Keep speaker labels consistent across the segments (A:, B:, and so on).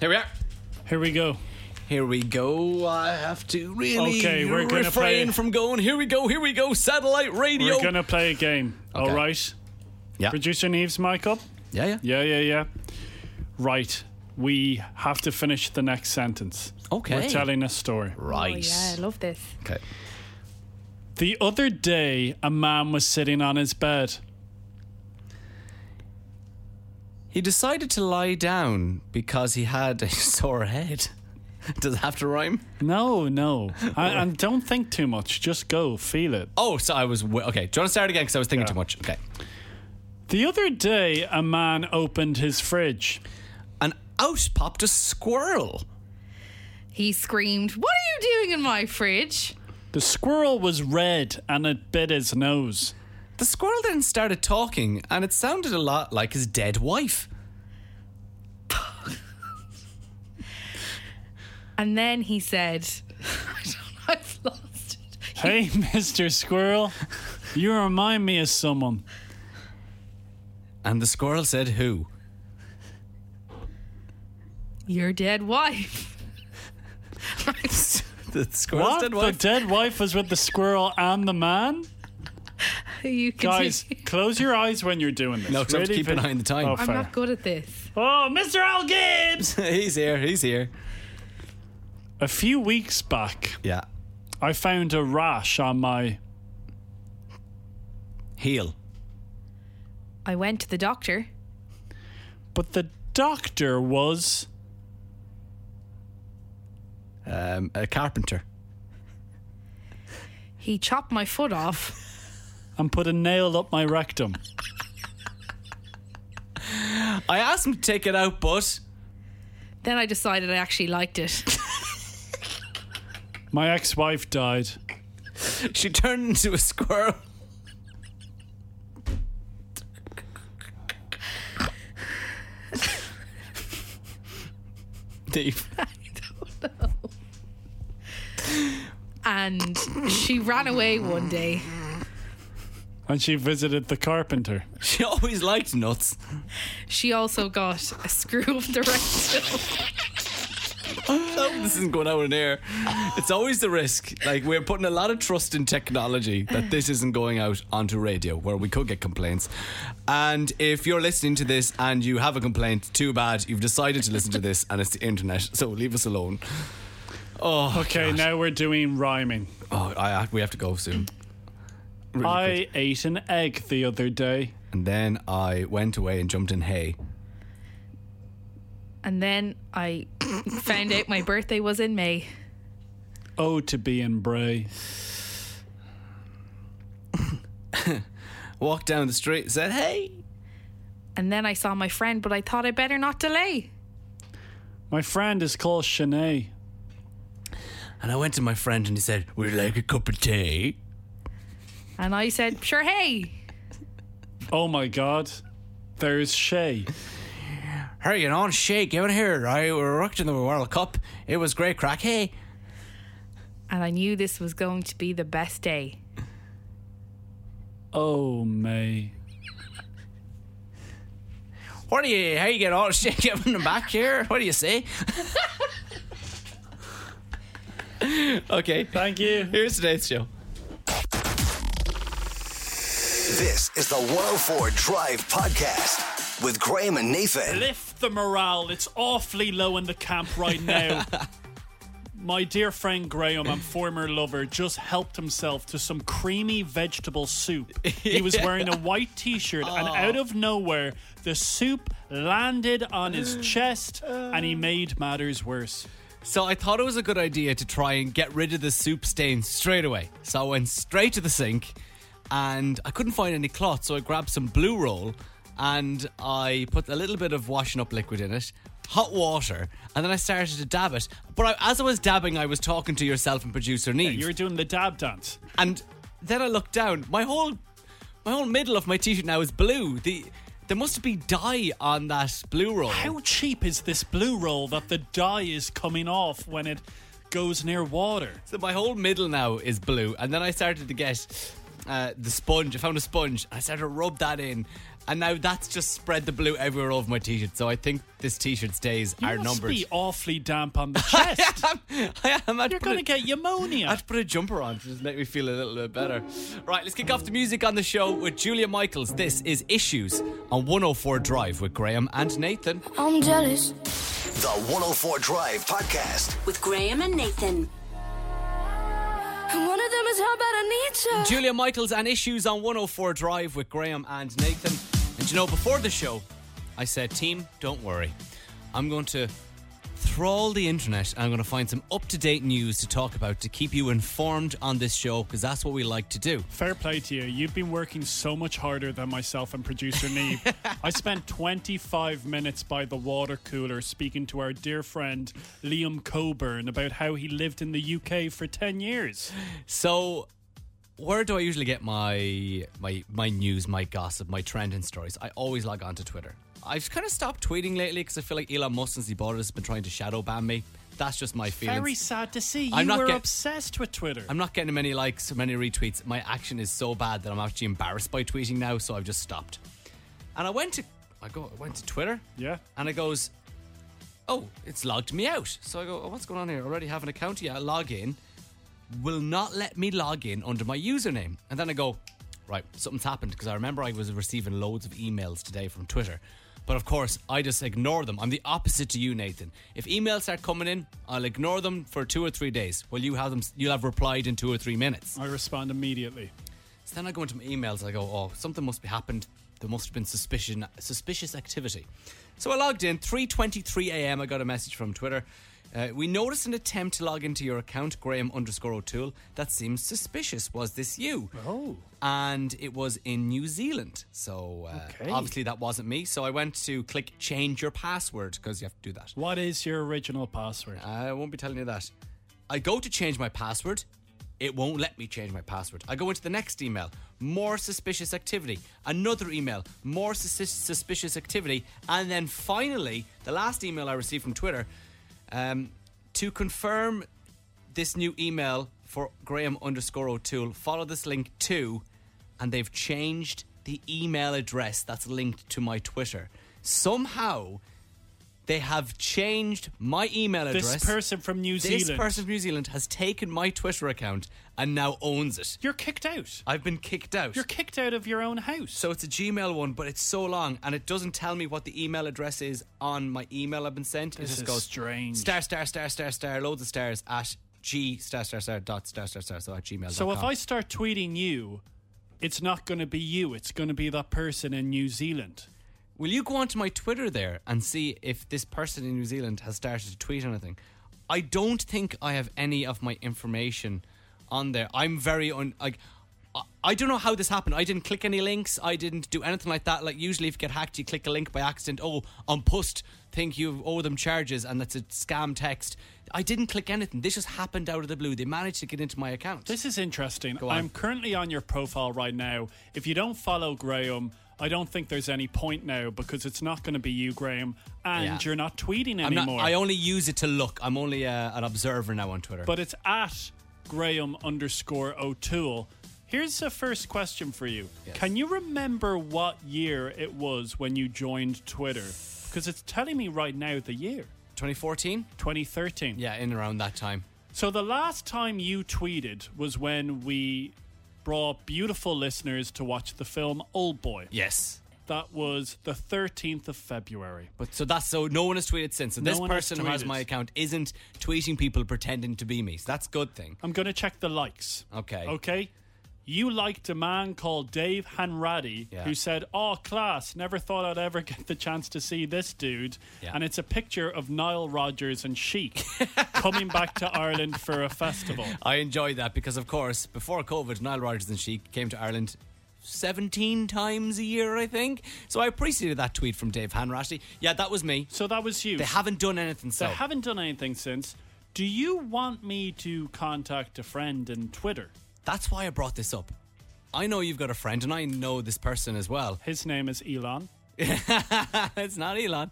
A: Here we are.
B: Here we go.
A: Here we go. I have to really
B: Okay, we're gonna
A: refrain
B: play-
A: from going. Here we go. Here we go. Satellite radio.
B: We're gonna play a game. All right.
A: Yeah.
B: Producer Neve's mic up.
A: yeah, yeah,
B: Yeah, yeah, yeah. Right. We have to finish the next sentence.
A: Okay.
B: We're telling a story.
A: Right.
C: Oh, yeah, I love this.
A: Okay.
B: The other day, a man was sitting on his bed.
A: He decided to lie down because he had a sore head. Does it have to rhyme?
B: No, no. I, and don't think too much. Just go. Feel it.
A: Oh, so I was. W- okay. Do you want to start again? Because I was thinking too much. Okay.
B: The other day, a man opened his fridge.
A: And out popped a squirrel.
C: He screamed, What are you doing in my fridge?
B: The squirrel was red and it bit his nose.
A: The squirrel then started talking, and it sounded a lot like his dead wife.
C: And then he said, I don't know, I've lost it.
B: Hey, Mr. Squirrel, you remind me of someone.
A: And the squirrel said, "Who?"
C: Your dead wife.
A: The squirrel's
B: What?
A: dead
B: the
A: wife.
B: dead wife was with the squirrel and the man?
C: you can
B: Guys, close your eyes when you're doing this.
A: No, 'cause I have to keep an
B: fin-
A: eye on the time.
B: Oh,
C: I'm
B: fair.
C: not good at this.
B: oh, Mr. Al Gibbs!
A: he's here. He's here.
B: A few weeks back,
A: Yeah.
B: I found a rash on my.
A: Heel.
C: I went to the doctor.
B: But the doctor was.
A: Um, a carpenter.
C: He chopped my foot off.
B: and put a nail up my rectum.
A: I asked him to take it out, but
C: Then I decided I actually liked it.
B: My ex wife died.
A: she turned into a squirrel. Dave.
C: And she ran away one day.
B: And she visited the carpenter.
A: She always liked nuts.
C: She also got a screw of the rectum.
A: Oh, this isn't going out in air. It's always the risk. Like we're putting a lot of trust in technology that this isn't going out onto radio, where we could get complaints. And if you're listening to this and you have a complaint, too bad. You've decided to listen to this, and it's the internet. So leave us alone.
B: Okay, now we're doing rhyming.
A: Oh, I, we have to go soon. Really quick.
B: I ate an egg the other day.
A: and then I went away and jumped in hay.
C: And then I found out my birthday was in May.
B: Oh, to be in Bray.
A: Walked down the street, said, "Hey."
C: And then I saw my friend, but I thought I better not delay.
B: My friend is called Shanae.
A: And I went to my friend and he said, "Would you like a cup of tea?"
C: And I said, sure, hey.
B: Oh my god. There's Shay.
A: Hurry on, shake, out here, right? We were rocked in the World Cup. It was great crack. Hey,
C: And I knew this was going to be the best day.
B: Oh, May.
A: what are you, how you get on, shake, out in the back here? What do you say? okay,
B: Thank you.
A: here's today's show.
D: This is the 104 Drive Podcast with Graham and Nathan.
B: Lift the morale. It's awfully low in the camp right now. My dear friend Graham and former lover just helped himself to some creamy vegetable soup. He was wearing a white t shirt, and out of nowhere, the soup landed on his chest and he made matters worse.
A: So I thought it was a good idea to try and get rid of the soup stain straight away. So I went straight to the sink and I couldn't find any cloth, so I grabbed some blue roll and I put a little bit of washing up liquid in it, hot water, and then I started to dab it. But I, as I was dabbing, I was talking to yourself and producer Neve.
B: You were doing the dab dance.
A: and then I looked down. My whole my whole middle of my t-shirt now is blue. The there must be dye on that blue roll.
B: How cheap is this blue roll that the dye is coming off when it goes near water?
A: So my whole middle now is blue, and then I started to get uh, the sponge. I found a sponge, and I started to rub that in, And now that's just spread the blue everywhere over my t shirt. So I think this t shirt's days
B: You
A: are
B: must
A: numbered.
B: be awfully damp on the chest.
A: I am. I'd
B: You're
A: put
B: going to
A: it-
B: get pneumonia.
A: I'd put a jumper on to just make me feel a little bit better. Right, let's kick off the music on the show with Julia Michaels. This is Issues on 104 Drive with Graham and Nathan.
E: I'm jealous.
D: The 104 Drive Podcast.
F: With Graham and Nathan.
E: And one of them is how bad I need you.
A: Julia Michaels and Issues on 104 Drive with Graham and Nathan. And you know, before the show, I said, Team, don't worry. I'm going to thrall the internet and I'm going to find some up to date news to talk about to keep you informed on this show because that's what we like to do.
B: Fair play to you. You've been working so much harder than myself and producer Neve. I spent 25 minutes by the water cooler speaking to our dear friend Liam Coburn about how he lived in the UK for 10 years.
A: So, where do I usually get my my my news, my gossip, my trending stories? I always log on to Twitter. I've kind of stopped tweeting lately because I feel like Elon Musk since he bought it has been trying to shadow ban me. That's just my feelings.
B: Very sad to see. You
A: I'm not
B: were
A: get-
B: obsessed with Twitter.
A: I'm not getting many likes, many retweets. My action is so bad that I'm actually embarrassed by tweeting now, so I've just stopped. And I went to I go I went to Twitter.
B: Yeah.
A: And it goes, Oh, it's logged me out. So I go, oh, what's going on here? I already have an account here. I log in. Will not let me log in under my username. And then I go, right, something's happened because I remember I was receiving loads of emails today from Twitter. But of course, I just ignore them. I'm the opposite to you, Nathan. If emails start coming in, I'll ignore them for two or three days. Well, you have them. You'll have replied in two or three minutes.
B: I respond immediately.
A: So then I go into my emails. I go, oh, something must be happened. There must have been suspicion, suspicious activity. So I logged in. 3:23 a.m. I got a message from Twitter. Uh, we noticed an attempt to log into your account, Graham underscore O'Toole. That seems suspicious. Was this you?
B: Oh.
A: And it was in New Zealand. So uh,
B: Okay.
A: obviously that wasn't me. So I went to click change your password because you have to do that.
B: What is your original password?
A: I won't be telling you that. I go to change my password. It won't let me change my password. I go into the next email. More suspicious activity. Another email. More sus- suspicious activity. And then finally, the last email I received from Twitter um, to confirm this new email for Graham underscore O'Toole, follow this link to, and they've changed the email address that's linked to my Twitter. Somehow, they have changed my email
B: this
A: address.
B: person from New
A: This
B: Zealand.
A: person from New Zealand has taken my Twitter account and now owns it.
B: You're kicked out.
A: I've been kicked out.
B: You're kicked out of your own house.
A: so it's a Gmail one, but it's so long and it doesn't tell me what the email address is on my email I've been sent. it
B: This
A: just
B: is
A: goes
B: strange.
A: Star star star star star loads of stars at g star star star dot star star star so at gmail.
B: So if I start tweeting you, it's not going to be you. It's going to be that person in New Zealand.
A: will you go onto my Twitter there and see if this person in New Zealand has started to tweet anything? I don't think I have any of my information on there. I'm very un like. I- I don't know how this happened. I didn't click any links. I didn't do anything like that. Like usually, if you get hacked, you click a link by accident. Oh, on post, think you owe them charges, and that's a scam text. I didn't click anything. This just happened out of the blue. They managed to get into my account.
B: This is interesting.
A: on.
B: I'm currently on your profile right now. If you don't follow Graham, I don't think there's any point now because it's not going to be you, Graham, and
A: Yeah.
B: you're not tweeting
A: I'm not,
B: anymore.
A: I only use it to look. I'm only uh, an observer now on Twitter.
B: but it's at Graham underscore O'Toole. Here's the first question for you. Can you remember what year it was when you joined Twitter? Because it's telling me right now the year
A: 2014?
B: 2013.
A: Yeah, in around that time.
B: So the last time you tweeted was when we brought beautiful listeners to watch the film Old Boy.
A: Yes.
B: That was the 13th of February.
A: But so that's so no one has tweeted since. So
B: No
A: this
B: one has
A: person who has
B: tweeted.
A: my account isn't tweeting people pretending to be me. So that's a good thing.
B: I'm going to check the likes.
A: Okay.
B: Okay. You liked a man called Dave Hanratty
A: Yeah.
B: who said, Oh, class, never thought I'd ever get the chance to see this dude.
A: Yeah.
B: And it's a picture of Nile Rodgers and Chic coming back to Ireland for a festival.
A: I enjoy that because of course before COVID, Nile Rodgers and Sheik came to Ireland. 17 times a year, I think. So I appreciated that tweet from Dave Hanratty. Yeah, that was me.
B: So that was you.
A: They haven't done anything so.
B: I haven't done anything since. Do you want me to contact a friend in Twitter?
A: That's why I brought this up. I know you've got a friend, and I know this person as well.
B: His name is Elon.
A: it's not Elon.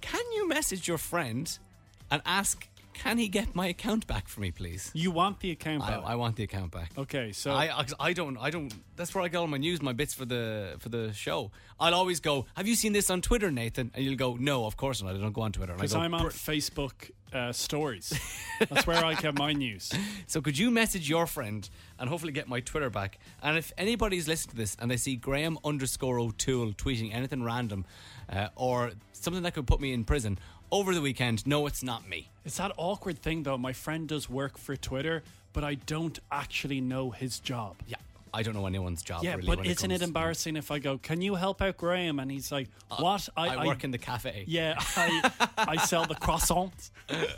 A: Can you message your friend and ask, Can he get my account back for me, please?
B: You want the account
A: I,
B: back?
A: I want the account back.
B: okay, so
A: I, I I don't I don't. That's where I get all my news, my bits for the for the show. I'll always go. Have you seen this on Twitter, Nathan? And you'll go, No, of course not. I don't go on Twitter. And I
B: because
A: go,
B: I'm on
A: "Br-
B: Facebook uh, stories, that's where I get my news.
A: So could you message your friend and hopefully get my Twitter back? And if anybody's listening to this and they see Graham underscore O'Toole tweeting anything random uh, or something that could put me in prison over the weekend, no, it's not me.
B: It's that awkward thing though. My friend does work for Twitter, but I don't actually know his job.
A: Yeah, I don't know anyone's job.
B: Yeah,
A: really,
B: but
A: when
B: isn't it
A: comes-
B: embarrassing if I go, "Can you help out Graham?" and he's like, "What?
A: Uh, I, work in the cafe.
B: yeah, I I sell the croissants.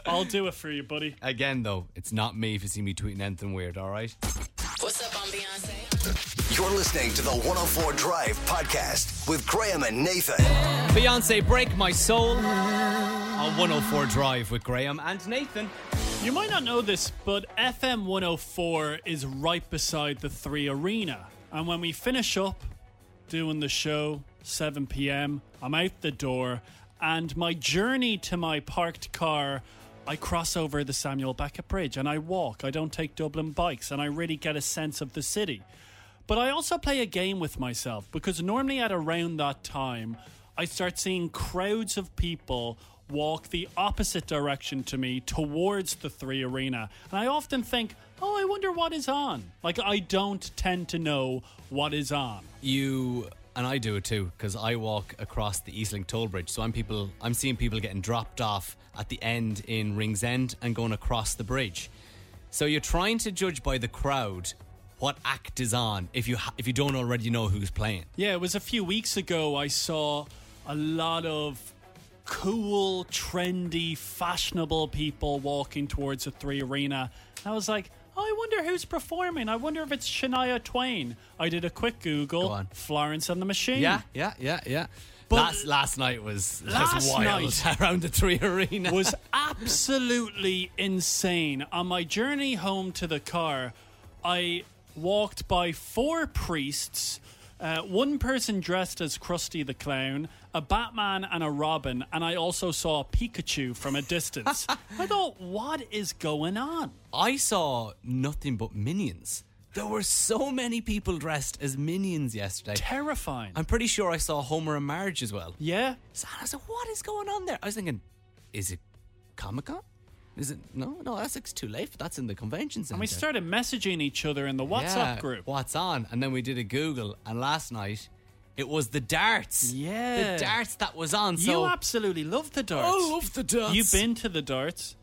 B: I'll do it for you, buddy."
A: Again, though, it's not me if you see me tweeting anything weird. All right.
F: What's up, I'm Beyonce?
D: You're listening to the 104 Drive Podcast with Graham and Nathan.
A: Beyonce, break my soul. On 104 Drive with Graham and Nathan.
B: You might not know this, but FM 104 is right beside the 3 Arena. And when we finish up doing the show, 7 p.m., I'm out the door, and my journey to my parked car, I cross over the Samuel Beckett Bridge and I walk. I don't take Dublin bikes, and I really get a sense of the city. But I also play a game with myself because normally at around that time, I start seeing crowds of people walk the opposite direction to me towards the three arena. And I often think, oh, I wonder what is on. Like, I don't tend to know what is on.
A: you and I do it too because I walk across the Eastlink toll bridge. So I'm people, I'm seeing people getting dropped off at the end in Ringsend and going across the bridge. So you're trying to judge by the crowd what act is on if you ha- if you don't already know who's playing.
B: Yeah, it was a few weeks ago I saw a lot of cool, trendy, fashionable people walking towards the three arena. And I was like, oh, I wonder who's performing. I wonder if it's Shania Twain. I did a quick Google
A: Go on.
B: Florence and the Machine.
A: Yeah, yeah, yeah, yeah. last last night was
B: Last
A: was wild
B: night-
A: around the three arena.
B: was absolutely insane. On my journey home to the car, I walked by four priests, uh, one person dressed as Krusty the Clown, a Batman, and a Robin, and I also saw Pikachu from a distance. I thought, what is going on?
A: I saw nothing but minions. There were so many people dressed as minions yesterday.
B: Terrifying.
A: I'm pretty sure I saw Homer and Marge as well.
B: yeah?
A: So I was like, what is going on there? I was thinking, is it Comic Con? Is it no, no, that's it's too late. That's in the convention center.
B: And we started messaging each other in the WhatsApp
A: Yeah,
B: group.
A: What's on? And then we did a Google, and last night it was the darts.
B: Yeah.
A: the darts that was on.
B: You
A: So Oh,
B: absolutely love the darts.
A: I love the darts.
B: You've been to the darts.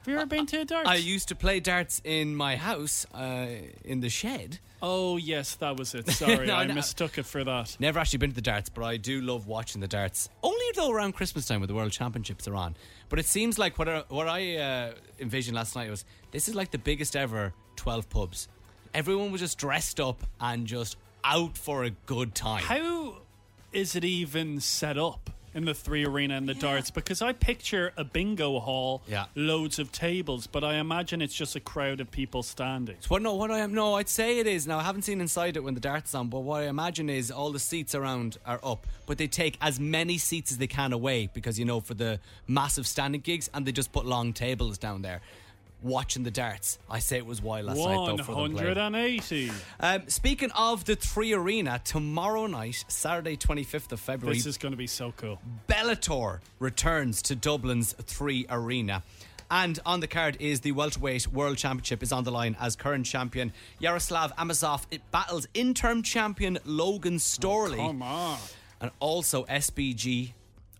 B: Have you ever been to a darts?
A: I used to play darts in my house, uh, in the shed.
B: Oh yes, that was it. Sorry,
A: No,
B: I
A: no.
B: mistook it for that.
A: Never actually been to the darts, but I do love watching the darts. Only though around Christmas time when the World Championships are on. But it seems like what I, what I uh, envisioned last night was this is like the biggest ever 12 pubs. Everyone was just dressed up and just out for a good time.
B: How is it even set up in the three arena and the darts? Because I picture a bingo hall,
A: Yeah.
B: loads of tables, but I imagine it's just a crowd of people standing.
A: What no, what I am no, I'd say it is. Now I haven't seen inside it when the darts on, but what I imagine is all the seats around are up, but they take as many seats as they can away because you know for the massive standing gigs, and they just put long tables down there. Watching the darts, I say it was wild last night
B: One
A: though. For them playing.
B: hundred and eighty.
A: Um, speaking of the three arena, tomorrow night, Saturday, twenty fifth of February,
B: This is going to be so cool.
A: Bellator returns to Dublin's Three Arena. And on the card is the welterweight world championship is on the line as current champion Yaroslav Amazov it battles interim champion Logan Storley
B: Oh, Come on.
A: and also SBG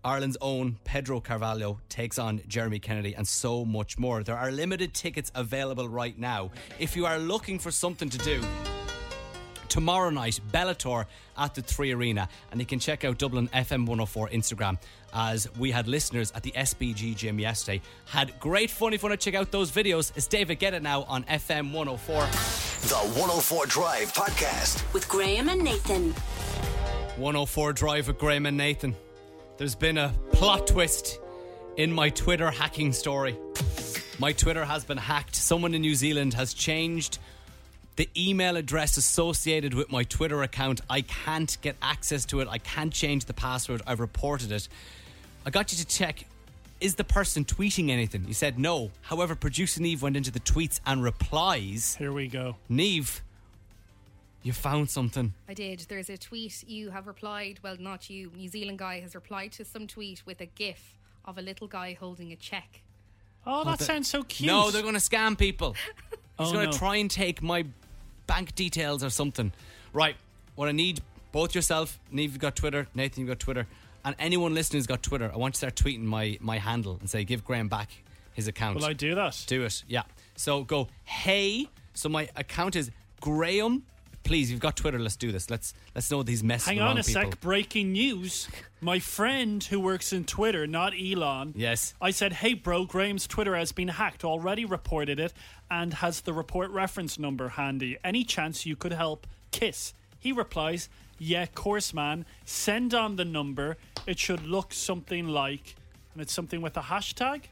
A: Ireland's own Pedro Carvalho takes on Jeremy Kennedy and so much more. There are limited tickets available right now. If you are looking for something to do, tomorrow night, Bellator at the Three Arena. And you can check out Dublin FM 104 Instagram as we had listeners at the SBG gym yesterday. Had great fun if you want to check out those videos. It's David Get It Now on FM 104.
D: The 104 Drive Podcast.
F: With Graham and Nathan.
A: 104 Drive with Graham and Nathan. There's been a plot twist in my Twitter hacking story. My Twitter has been hacked. Someone in New Zealand has changed the email address associated with my Twitter account. I can't get access to it. I can't change the password. I've reported it. I got you to check is the person tweeting anything? He said no. However, producer Neve went into the tweets and replies.
B: Here we go.
A: Neve, you found something.
C: I did. There's a tweet you have replied. Well, not you. New Zealand guy has replied to some tweet with a gif of a little guy holding a check.
B: Oh, that sounds so cute.
A: No, they're going to scam people. He's
B: Oh,
A: going to
B: no.
A: try and take my bank details or something. Right. What I need, both yourself, Neve, you've got Twitter, Nathan, you've got Twitter, and anyone listening who's got Twitter, I want you to start tweeting my, my handle and say, give Graham back his account.
B: Will I do that?
A: Do it. Yeah. So go, hey. So my account is Graham. Please, you've got Twitter. Let's do this. Let's let's know these messing
B: Hang
A: around
B: on a
A: people.
B: sec. Breaking news. My friend who works in Twitter, not Elon.
A: Yes.
B: I said, hey, bro, Graham's Twitter has been hacked. Already reported it and has the report reference number handy. Any chance you could help? Kiss. He replies, yeah, course, man. Send on the number. It should look something like. And it's something with a hashtag?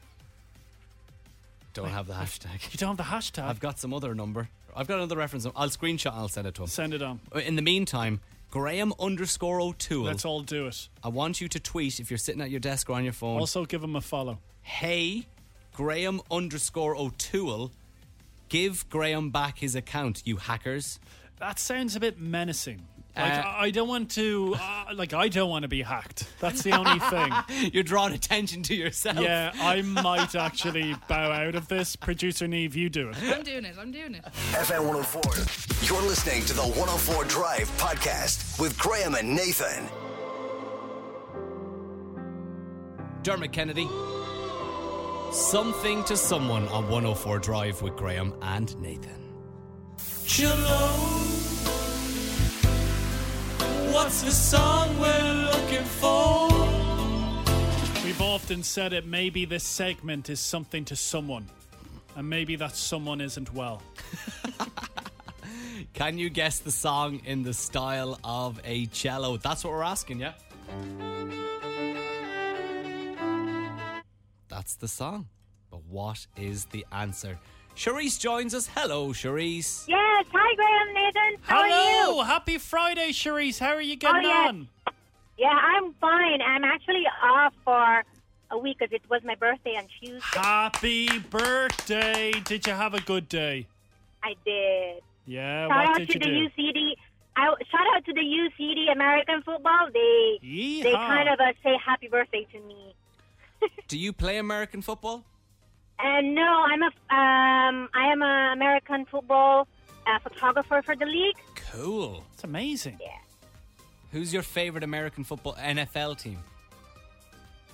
A: Don't have the hashtag.
B: You don't have the hashtag?
A: I've got some other number. I've got another reference. I'll screenshot and I'll send it to him.
B: Send it on.
A: Uh, In the meantime, Graham underscore O'Toole.
B: Let's all do it.
A: I want you to tweet if you're sitting at your desk or on your phone.
B: Also, give him a follow.
A: hey, Graham underscore O'Toole, give Graham back his account, you hackers.
B: That sounds a bit menacing. Like
A: Uh,
B: I I don't want to, uh, like I don't want to be hacked. That's the only thing.
A: You're drawing attention to yourself.
B: Yeah, I might actually bow out of this. Producer Neve, you do it.
C: I'm doing it. I'm doing it.
D: FM 104. You're listening to the 104 Drive Podcast with Graham and Nathan.
A: Dermot Kennedy. Something to someone on 104 Drive with Graham and Nathan. What's the song we're looking for?
B: We've often said it. Maybe this segment is something to someone, and maybe that someone isn't well.
A: Can you guess the song in the style of a cello? That's what we're asking, yeah? That's the song. But what is the answer? Cherise joins us. Hello, Cherise.
G: Yes, hi Graham, Nathan. How are
B: Hello,
G: you?
B: happy Friday, Cherise. How are you getting
G: Oh, yeah.
B: on?
G: Yeah, I'm fine. I'm actually off for a week because it was my birthday on Tuesday.
B: Happy birthday! Did you have a good day?
G: I did.
B: Yeah,
G: Shout
B: what
G: out
B: did
G: to
B: you
G: the
B: do?
G: UCD. I, shout out to the UCD American football. They they
B: Yeehaw.
G: kind of uh, say happy birthday to me.
A: Do you play American football?
G: And no, I'm a um I am a American football uh, photographer for the league.
A: Cool.
B: It's amazing.
A: Who's your favorite American football NFL team?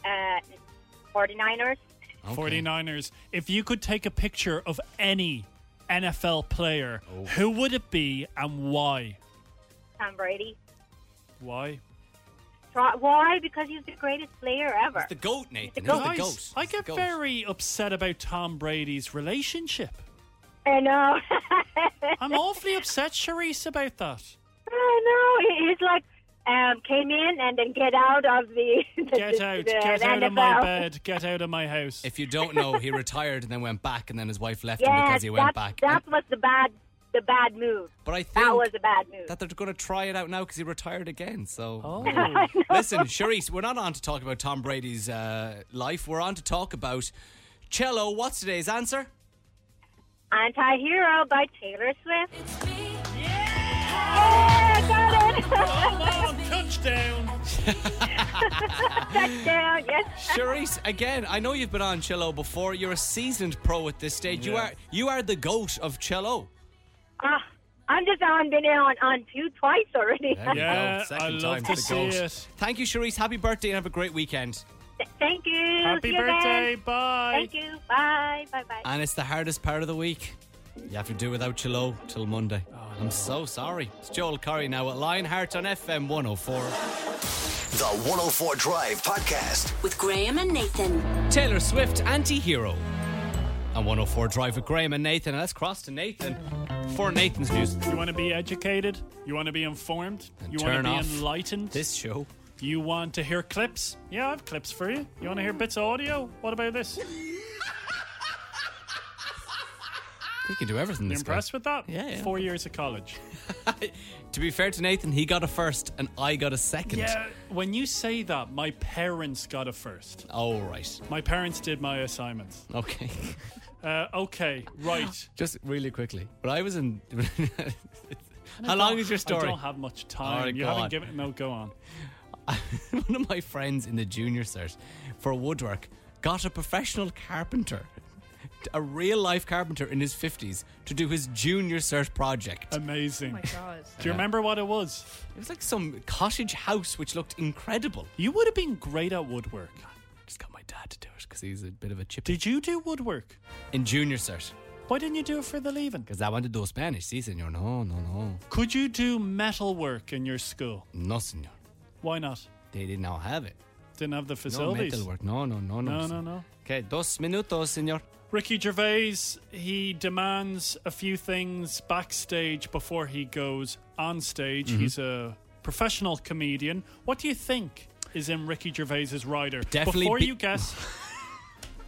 G: Uh, 49ers.
A: Okay.
B: 49ers. If you could take a picture of any NFL player,
A: Oh.
B: who would it be and why?
G: Tom Brady.
B: Why?
G: Tro- Why? Because he's the greatest player ever.
A: The goat, Nathan.
G: The
A: Who's
B: Guys,
A: the goat?
B: I
A: It's the
B: get
A: goat.
B: very upset about Tom Brady's relationship.
G: I know.
B: I'm awfully upset, Sharice, about that.
G: I know. He- He's like um, came in and then get out of the, the
B: Get
G: the-
B: out.
G: the
B: Get out of my
G: NFL.
B: bed. Get out of my house.
A: If you don't know, he retired and then went back, and then his wife left him
G: Yeah,
A: because he went
G: that,
A: back.
G: That
A: And-
G: was the bad, the bad move.
A: but I think
G: That was a bad move.
A: that they're going to try it out now because he retired again. So,
B: Oh.
A: listen, Sharice, we're not on to talk about Tom Brady's uh, life. We're on to talk about cello. What's today's answer?
G: Anti-hero by Taylor Swift.
B: Come on, touchdown.
G: Touchdown! Yes.
A: Sharice, again, I know you've been on cello before. You're a seasoned pro at this stage. You
B: Yeah.
A: are you are the goat of cello.
G: Ah, I'm just on been on on two twice already.
A: There you
B: Yeah,
A: go. Second
B: I love
A: time
B: to
A: for the
B: see
A: goat.
B: it.
A: Thank you, Sharice. Happy birthday and have a great weekend.
G: Thank you.
B: Happy
G: See you
B: birthday.
G: Then.
B: Bye.
G: Thank you. Bye. Bye. Bye.
A: And it's the hardest part of the week. You have to do without Chilo till Monday.
B: Oh,
A: I'm so sorry. It's Joel Curry now at Lionheart on FM 104.
D: The 104 Drive Podcast.
F: With Graham and Nathan.
A: Taylor Swift, anti hero. And 104 Drive with Graham and Nathan. And let's cross to Nathan for Nathan's news.
B: You want to be educated? You want to be informed?
A: And
B: you want to
A: turn
B: be
A: off
B: enlightened?
A: This show.
B: You want to hear clips? Yeah, I have clips for you. You want to hear bits of audio? What about this?
A: He can do everything.
B: You're
A: this guy.
B: impressed with that?
A: Yeah, yeah.
B: Four years of college.
A: To be fair to Nathan, he got a first and I got a second.
B: Yeah. When you say that, my parents got it first.
A: All right.
B: My parents did my assignments.
A: Okay.
B: Uh, okay, right.
A: Just really quickly. But I was in. How long is your
B: I
A: story?
B: don't have much time.
A: All right,
B: you
A: go
B: haven't
A: on.
B: given. No, go on.
A: One of my friends in the junior cert for woodwork got a professional carpenter, a real life carpenter in his 50s, to do his junior cert project.
B: Amazing.
C: Oh my God.
B: Do you remember what it was?
A: it was like some cottage house which looked incredible.
B: You would have been great at woodwork.
A: Just got my dad to do it because he's a bit of a chip.
B: Did you do woodwork?
A: In junior cert.
B: Why didn't you do it for the leaving?
A: Because I wanted to do Spanish, sí, señor. No, no, no.
B: Could you do metal work in your school?
A: No, señor.
B: Why not?
A: They did not have it.
B: Didn't have the
A: No
B: facilities.
A: metal work. No, no, no, no.
B: No, no, no.
A: Okay, dos minutos, señor.
B: Ricky Gervais, he demands a few things backstage before he goes on stage.
A: Mm-hmm.
B: He's a professional comedian. What do you think is in Ricky Gervais's rider?
A: Definitely
B: before
A: be-
B: you guess,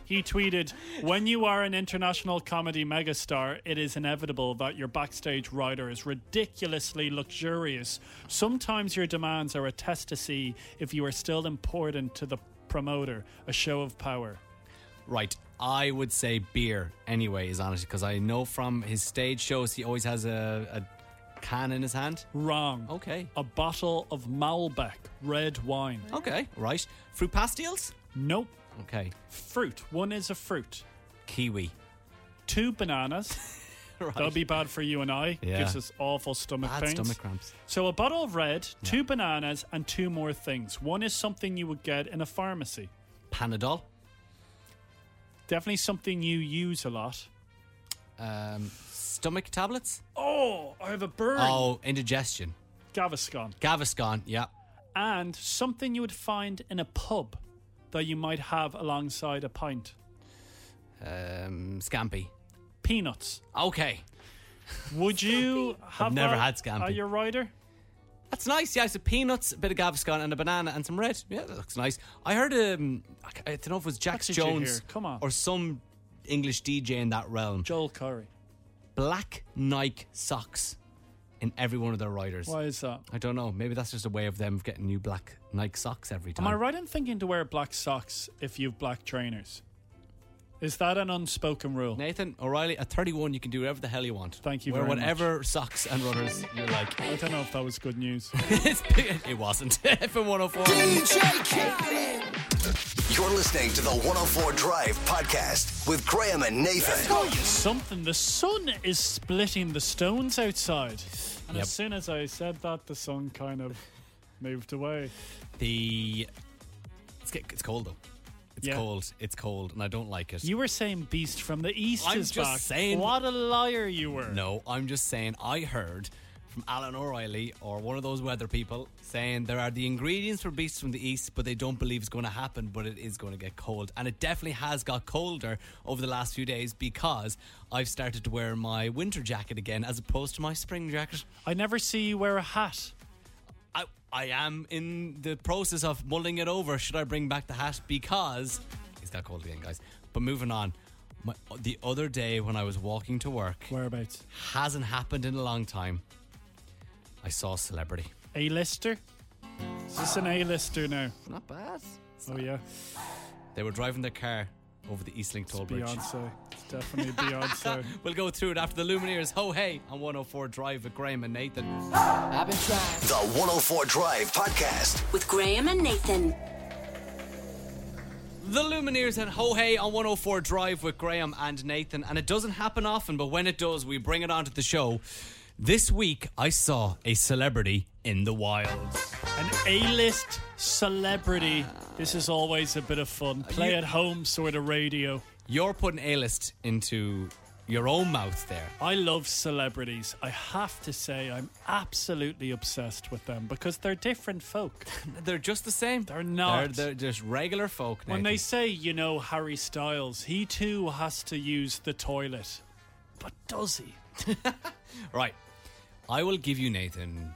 B: he tweeted, "When you are an international comedy megastar, it is inevitable that your backstage rider is ridiculously luxurious. Sometimes your demands are a test to see if you are still important to the promoter, a show of power."
A: Right. I would say beer anyway is honestly because I know from his stage shows he always has a, a can in his hand.
B: Wrong.
A: Okay.
B: A bottle of Malbec red wine.
A: Okay. Right. Fruit pastilles.
B: Nope.
A: Okay.
B: Fruit. One is a fruit.
A: Kiwi.
B: Two bananas. That'll be bad for you and I.
A: Yeah.
B: Gives us awful stomach
A: Bad
B: pains.
A: stomach cramps.
B: So a bottle of red, two bananas, and two more things. One is something you would get in a pharmacy.
A: Panadol.
B: Definitely something you use a lot.
A: Um, stomach tablets.
B: Oh, I have a burn.
A: Oh, indigestion.
B: Gaviscon.
A: Gaviscon. Yeah.
B: And something you would find in a pub that you might have alongside a pint.
A: Um, scampi.
B: Peanuts.
A: Okay.
B: Would you have
A: never
B: that
A: had scampi.
B: at your rider?
A: That's nice. Yeah, so peanuts, a bit of Gaviscon, and a banana and some red. Yeah, that looks nice. I heard um, I c- I don't know if it was Jax
B: did you
A: Jones,
B: hear? Come on.
A: or some English DJ in that realm.
B: Joel Curry.
A: Black Nike socks in every one of their riders.
B: Why is that?
A: I don't know. Maybe that's just a way of them getting new black Nike socks every time.
B: Am I right in thinking to wear black socks if you've black trainers? Is that an unspoken rule?
A: Nathan O'Reilly, at 31, you can do whatever the hell you want.
B: Thank you
A: Wear
B: very much.
A: whatever socks and runners you like.
B: I don't know if that was good news.
A: It's- it wasn't. oh FM 104.
D: DJ Khaled. You're listening to the 104 Drive Podcast with Graham and Nathan.
B: Something. The sun is splitting the stones outside. And
A: Yep.
B: as soon as I said that, the sun kind of moved away.
A: The. It's, get- it's cold, though. It's
B: Yeah.
A: cold. It's cold, and I don't like it.
B: You were saying Beast from the East
A: I'm
B: is
A: just
B: back.
A: saying-
B: What a liar you were.
A: No, I'm just saying I heard from Alan O'Reilly or one of those weather people saying there are the ingredients for beasts from the east, but they don't believe it's going to happen, but it is going to get cold. And it definitely has got colder over the last few days because I've started to wear my winter jacket again as opposed to my spring jacket.
B: I never see you wear a hat.
A: I, I am in the process of mulling it over. Should I bring back the hat? Because it's got cold again, guys. But moving on. My, the other day when I was walking to work,
B: Whereabouts?
A: hasn't happened in a long time. I saw a celebrity.
B: A-lister? Is this an A-lister now?
A: Not bad.
B: Oh yeah,
A: They were driving their car over the Eastlink toll bridge.
B: Beyonce. It's definitely Beyonce.
A: We'll go through it after the Lumineers. Ho hey on 104 Drive with Graham and Nathan.
F: I've been trying.
D: The 104 Drive Podcast.
F: With Graham and Nathan.
A: The Lumineers and Ho hey on 104 Drive with Graham and Nathan. And it doesn't happen often, but when it does, we bring it onto the show. This week, I saw a celebrity in the wild.
B: An A-list celebrity. This is always a bit of fun. Play
A: you-
B: at home sort of radio.
A: You're putting A list into your own mouth there.
B: I love celebrities. I have to say, I'm absolutely obsessed with them because they're different folk.
A: They're just the same.
B: They're not.
A: They're, they're just regular folk.
B: When
A: Nathan.
B: they say, you know, Harry Styles, he too has to use the toilet. But does he?
A: Right. I will give you, Nathan,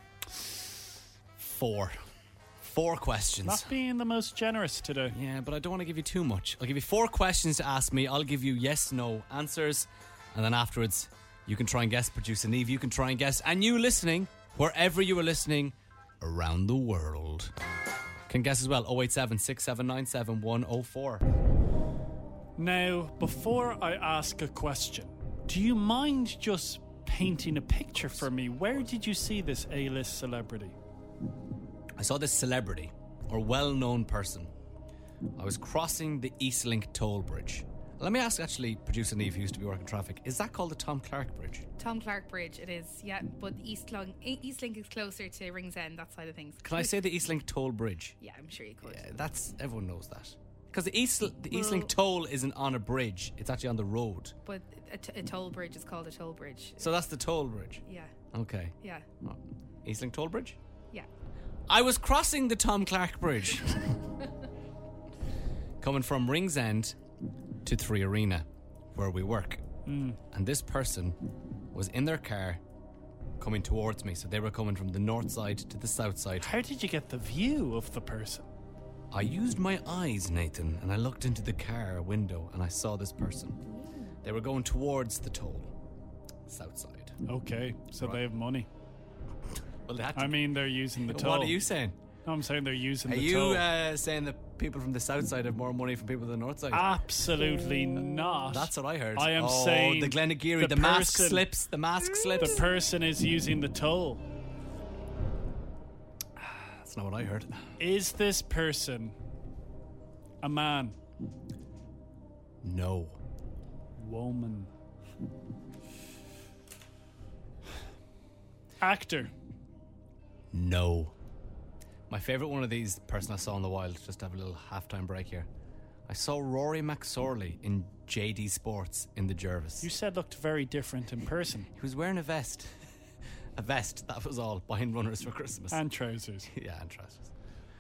A: four. Four questions.
B: Not being the most generous today.
A: yeah, but I don't want to give you too much. I'll give you four questions to ask me. I'll give you yes, no answers. And then afterwards, you can try and guess. Producer Neve, you can try and guess. And you listening, wherever you are listening, around the world, can guess as well. 087 6797 104.
B: Now, before I ask a question, do you mind just painting a picture for me? Where did you see this A list celebrity?
A: I saw this celebrity or well known person. I was crossing the Eastlink toll bridge. Let me ask actually, producer Neve, who used to be working traffic, is that called the Tom Clark Bridge?
C: Tom Clark Bridge, it is, yeah. But East Lung, E- East Link is closer to Ringsend, that side of things.
A: Can I say the Eastlink toll bridge?
C: Yeah, I'm sure you could.
A: Yeah, that's everyone knows that. Because the East the Eastlink toll isn't on a bridge; it's actually on the road.
C: But a, t- uh, a toll bridge is called a toll bridge.
A: So that's the toll bridge.
C: Yeah,
A: Okay.
C: yeah,
A: Oh, Eastlink toll bridge.
C: yeah.
A: I was crossing the Tom Clark Bridge. Coming from Ringsend to Three Arena, where we work.
C: Mm.
A: And this person was in their car coming towards me. So they were coming from the north side to the south side.
B: How did you get the view of the person?
A: I used my eyes, Nathan, and I looked into the car window and I saw this person. They were going towards the toll, south side.
B: Okay, so they have money.
A: Well, they had to.
B: I mean, they're using the toll.
A: what are you saying?
B: No, I'm saying they're using
A: Are
B: the
A: you
B: toll.
A: uh, saying that people from the south side have more money from people from the north side?
B: Absolutely not.
A: That's what I heard.
B: Ah, I am
A: oh,
B: saying
A: the Glenageary, the,
B: the
A: mask
B: person-
A: slips, the mask
B: The
A: slips.
B: person is using the toll.
A: That's not what I heard.
B: Is this person a man?
A: No,
B: Woman. Actor.
A: no. My favorite one of these person I saw in the wild. Just to have a little halftime break here. I saw Rory McSorley in JD Sports in the Jervis.
B: You said looked very different in person.
A: He was wearing a vest, a vest. That was all. Buying runners for Christmas.
B: And trousers.
A: yeah, and trousers.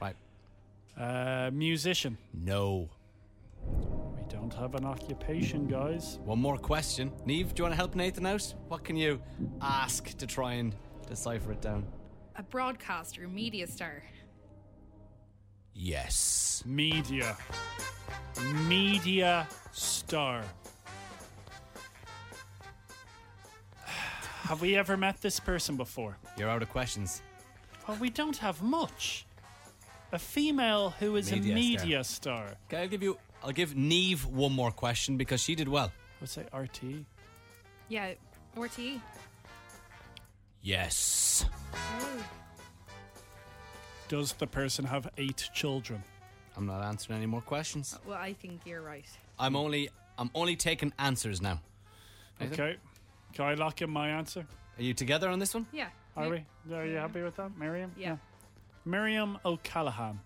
A: Right.
B: Uh, musician.
A: No.
B: We don't have an occupation, guys.
A: One more question. Neve, do you want to help Nathan out? What can you ask to try and decipher it down?
C: A broadcaster, media star.
A: Yes.
B: Media. Media star. Have we ever met this person before?
A: You're out of questions.
B: Well, we don't have much. A female who is
A: Media
B: a
A: star.
B: media star.
A: Okay, I'll give you. I'll give Neve one more question because she did well.
B: What's it, RT?
C: Yeah, RTE.
A: Yes.
B: Does the person have eight children?
A: I'm not answering any more questions.
C: Well, I think you're right.
A: I'm only. I'm only taking answers now. Nathan?
B: Okay. Can I lock in my answer?
A: Are you together on this one?
C: Yeah.
B: Are
C: yeah.
B: we? Are you happy with that, Miriam?
C: Yeah.
B: Miriam O'Callaghan.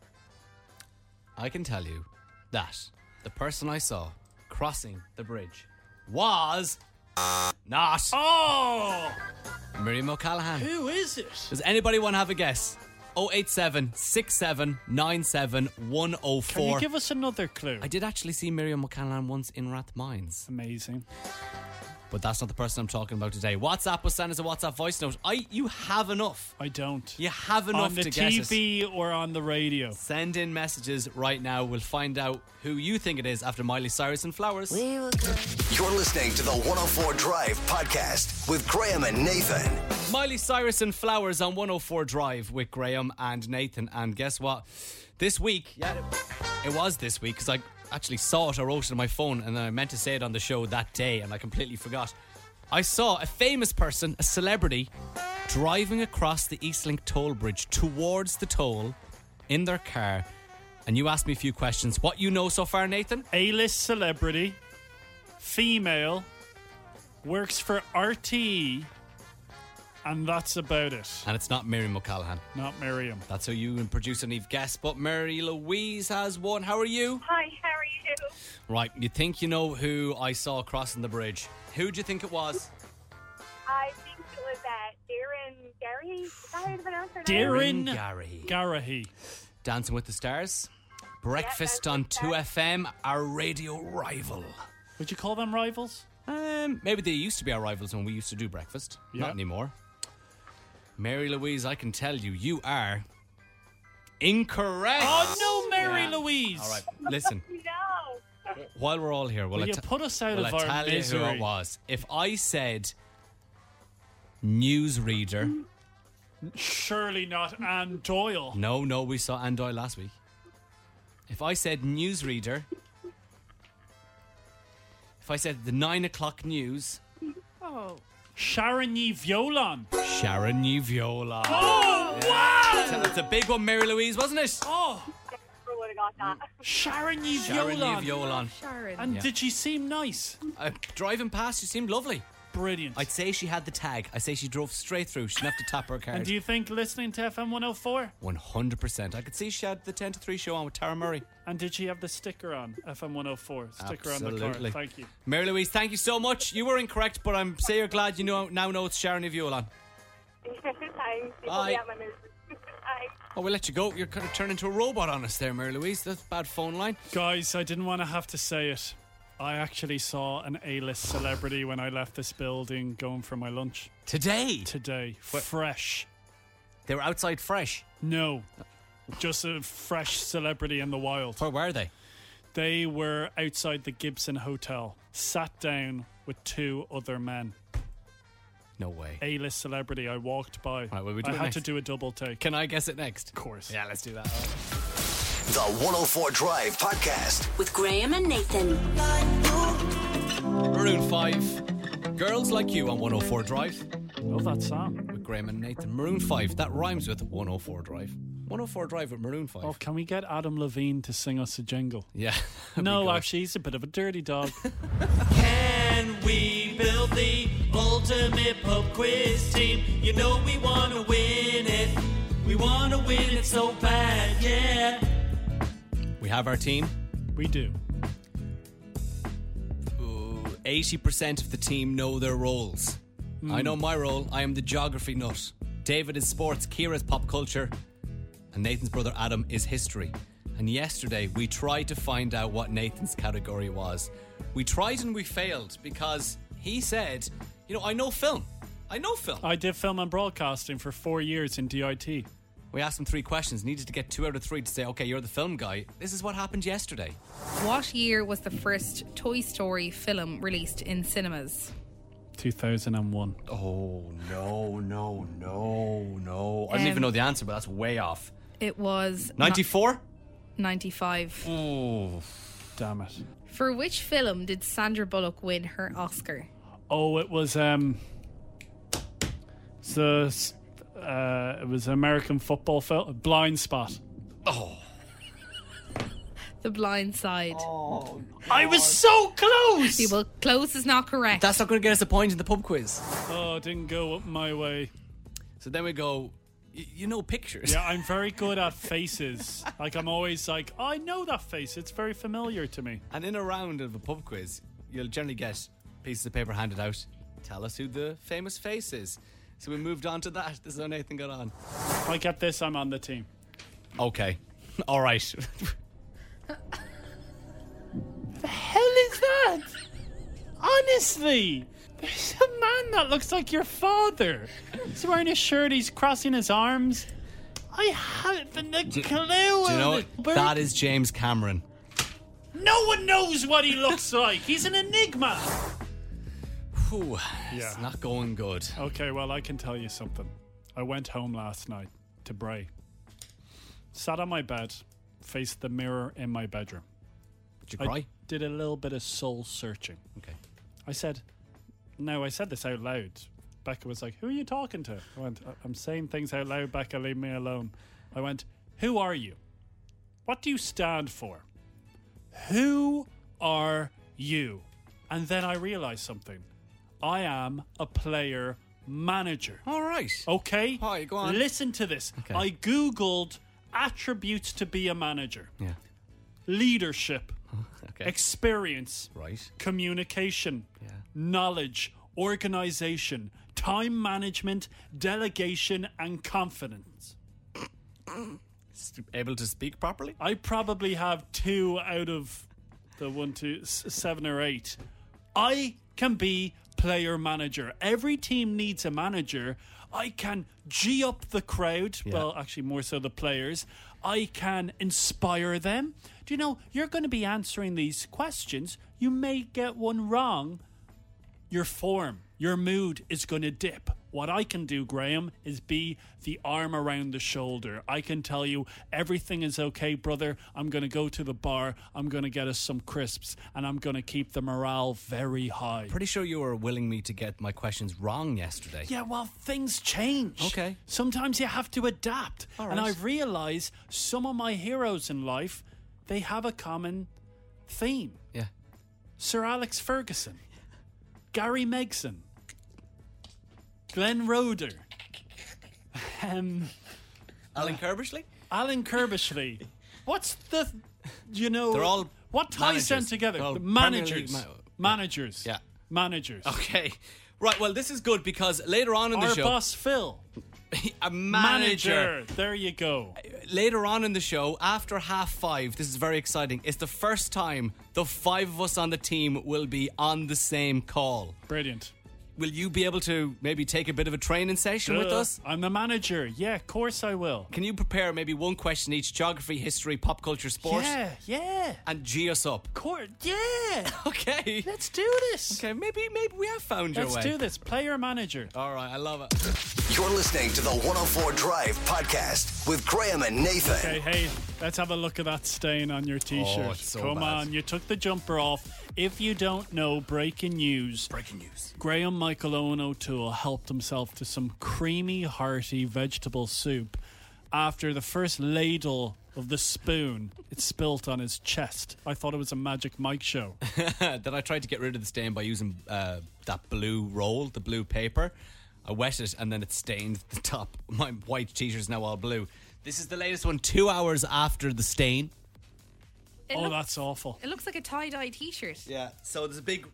A: I can tell you that the person I saw crossing the bridge was not
B: Oh!
A: Miriam O'Callaghan.
B: Who is it?
A: Does anybody want to have a guess? 087 67 97
B: Can
A: 104.
B: you give us another clue?
A: I did actually see Miriam O'Callaghan once in Rath Mines.
B: Amazing.
A: But that's not the person I'm talking about today. WhatsApp will send us a WhatsApp voice note. I, you have enough.
B: I don't.
A: You have enough
B: on the
A: to guess. it.
B: TV or on the radio.
A: Send in messages right now. We'll find out who you think it is after Miley Cyrus and Flowers.
D: You're listening to the 104 Drive Podcast with Graham and Nathan.
A: Miley Cyrus and Flowers on 104 Drive with Graham and Nathan. And guess what? This week, yeah, it was this week because I actually saw it. I wrote it on my phone and I meant to say it on the show that day and I completely forgot. I saw a famous person, a celebrity, driving across the Eastlink toll bridge towards the toll in their car. And you asked me a few questions. What you know so far, Nathan?
B: A list celebrity, female, works for RTE, and that's about it.
A: And it's not Miriam O'Callaghan.
B: Not Miriam.
A: That's how you and producer Neve guessed. But Mary Louise has won. How are you?
G: Hi, how are you?
A: Right, you think you know who I saw crossing the bridge. Who do you think it was?
G: I think it was at Darren Gary. Is that how you pronounce her name?
B: Darren
A: Gary.
B: Garahy.
A: Dancing with the Stars. Breakfast
G: Dancing
A: on
G: with the Stars.
A: 2FM, our radio rival.
B: Would you call them rivals?
A: Um, maybe they used to be our rivals when we used to do breakfast.
B: Yeah.
A: Not anymore. Mary Louise, I can tell you, you are incorrect.
B: Oh no, Mary
A: Yeah.
B: Louise!
A: All right, listen.
G: No.
A: While we're all here, will,
B: Will
A: I,
B: you
A: t-
B: put us out
A: will
B: of
A: I
B: our
A: tell you who
B: misery?
A: it was? If I said newsreader,
B: Surely not Anne Doyle.
A: no, no, we saw Andoy last week. If I said newsreader, if I said the nine o'clock news,
C: Oh.
B: Sharon Yee Violon.
A: Sharon New Viola.
B: Oh, wow!
A: That's a big one, Mary Louise, wasn't it?
B: Oh,
G: Never would have got that.
B: Sharon Yee
A: Sharon New
B: Violon.
A: Viola.
C: Sharon.
B: And
A: Yeah.
B: did she seem nice?
A: Uh, driving past, she seemed lovely.
B: Brilliant.
A: I'd say she had the tag. I say she drove straight through. She didn't have to tap her card.
B: and do you think listening to FM 104?
A: 100%. I could see she had the 10 to 3 show on with Tara Murray.
B: And did she have the sticker on? FM 104 sticker on the
A: Absolutely.
B: car. Thank you.
A: Mary Louise, thank you so much. You were incorrect, but I'm so you're glad you know now know it's Sharon Violan.
G: Thanks. You put
A: Bye.
G: me out my misery. Bye.
A: Oh, we'll let you go. You're kind of turning into a robot on us there, Mary Louise. That's a bad phone line.
B: Guys, I didn't want to have to say it. I actually saw an A-list celebrity when I left this building going for my lunch
A: Today,
B: today. Fresh.
A: they were outside fresh.
B: No. Just a fresh celebrity in the wild.
A: Where were they?
B: They were outside the Gibson Hotel, sat down with two other men.
A: No way.
B: A list celebrity I walked by.
A: Right, well, we do
B: I
A: it
B: had
A: next.
B: to do a double take.
A: Can I guess it next?
B: of course.
A: Yeah, let's do that.
D: The 104 Drive Podcast.
F: With Graham and Nathan.
A: Maroon 5. Girls Like You on 104 Drive
B: Love that song.
A: with Graham and Nathan. Maroon 5. That rhymes with 104 Drive. 104 Drive with Maroon 5.
B: Oh, can we get Adam Levine to sing us a jingle?
A: Yeah. Oh
B: No, actually, he's a bit of a dirty dog.
H: Can we build the ultimate pub quiz team? You know we want to win it. We want to win it so bad, yeah.
A: We have our team.
B: we do.
A: Eighty percent of the team know their roles. I know my role. I am the geography nut. David is sports. Kira's pop culture, and Nathan's brother Adam is history. And yesterday we tried to find out what Nathan's category was. We tried and we failed because he said, "You know, I know film. I know film."
B: I did film and broadcasting for four years in DIT.
A: we asked him three questions. Needed to get two out of three to say, "Okay, you're the film guy. This is what happened yesterday."
C: What year was the first Toy Story film released in cinemas?
B: 2001.
A: Oh no, no, no, no! I don't
C: Um,
A: even know the answer, but that's way off.
C: It was ni-
A: Ninety-four.
C: 95.
B: Mm.
A: Oh,
B: Damn it.
C: For which film did Sandra Bullock win her Oscar?
B: Oh, it was um, the uh, it was American football film, Blind Spot.
C: The Blind Side.
B: I was so close.
C: See, well, close is not correct.
A: that's not going to get us a point in the pub quiz.
B: Oh, didn't go up my way.
A: So then we go. y- You know pictures.
B: Yeah, I'm very good at faces. Like I'm always like, I know that face. It's very familiar to me.
A: And in a round of a pub quiz, you'll generally get pieces of paper handed out. Tell us who the famous face is. So we moved on to that. This is how Nathan got on.
B: If I get this, I'm on the team.
A: Okay. All right.
B: Hell is that? Honestly, there's a man that looks like your father. He's wearing a shirt. He's crossing his arms. I haven't a clue.
A: Do you know what? that is James Cameron.
B: No one knows what he looks like. He's an enigma.
A: Whew, It's
B: Yeah.
A: not going good.
B: Okay, well, I can tell you something. I went home last night to Bray. Sat on my bed, faced the mirror in my bedroom.
A: Did you
B: I
A: cry?
B: did a little bit of soul searching.
A: Okay.
B: I said, no, I said this out loud. Becca was like, who are you talking to? I went, "I- I'm saying things out loud, Becca, leave me alone. I went, who are you? What do you stand for? Who are you? And then I realized something. I am a player manager.
A: All right.
B: Okay?
A: Hi, go on.
B: Listen to this.
A: Okay.
B: I Googled attributes to be a manager
A: Yeah.
B: leadership,
A: Okay.
B: experience,
A: right.
B: communication, knowledge, organization, time management, delegation, and confidence.
A: S- Able to speak properly?
B: I probably have two out of the one, two, s- seven or eight. I can be player manager. Every team needs a manager. I can G up the crowd. Well, actually, more so the players. I can inspire them. Do you know, you're going to be answering these questions. You may get one wrong. Your form, your mood is going to dip. What I can do, Graham, is be the arm around the shoulder. I can tell you everything is okay, brother. I'm going to go to the bar. I'm going to get us some crisps and I'm going to keep the morale very high.
A: Pretty sure you were willing me to get my questions wrong yesterday.
B: Yeah, well, things change.
A: Okay.
B: Sometimes you have to adapt.
A: All
B: And I
A: right.
B: realize some of my heroes in life, they have a common theme.
A: Yeah.
B: Sir Alex Ferguson, Gary Megson, Glenn Roder, um,
A: Alan Kirbishley?
B: Alan Kirbishley. What's the, you know,
A: They're all
B: what ties them
A: managers.
B: together?
A: Well,
B: The
A: Premier League
B: managers,
A: ma-
B: managers,
A: Yeah.
B: managers.
A: Okay. Right, well, this is good because later on in
B: Our
A: the show,
B: boss Phil,
A: a manager.
B: manager. There you go.
A: Later on in the show, after half five, this is very exciting. It's the first time the five of us on the team will be on the same call.
B: Brilliant.
A: Will you be able to maybe take a bit of a training session with
B: Duh.
A: us?
B: Uh, I'm the manager. Yeah, of course I will.
A: Can you prepare maybe one question each geography, history, pop culture, sports?
B: Yeah, yeah.
A: And G us up.
B: Court. Yeah.
A: Okay.
B: Let's do this.
A: Okay, maybe maybe we have found your
B: Let's
A: way.
B: do this. Player manager.
A: All right, I love it.
D: You're listening to the 104 Drive Podcast with Graham and Nathan.
B: Okay, hey, let's have a look at that stain on your t-shirt.
A: Oh, it's so
B: Come
A: bad.
B: on, you took the jumper off. If you don't know, breaking news.
A: Breaking news.
B: Graham Michael Owen O'Toole helped himself to some creamy, hearty vegetable soup after the first ladle of the spoon it spilt on his chest. I thought it was a Magic Mike show.
A: then I tried to get rid of the stain by using uh, that blue roll, the blue paper. I wet it and then it stained the top. My white t-shirt is now all blue. This is the latest one, two hours after the stain.
C: It,
B: oh,
C: look-
B: that's awful.
C: it looks like a tie dye t shirt.
A: Yeah. So there's a big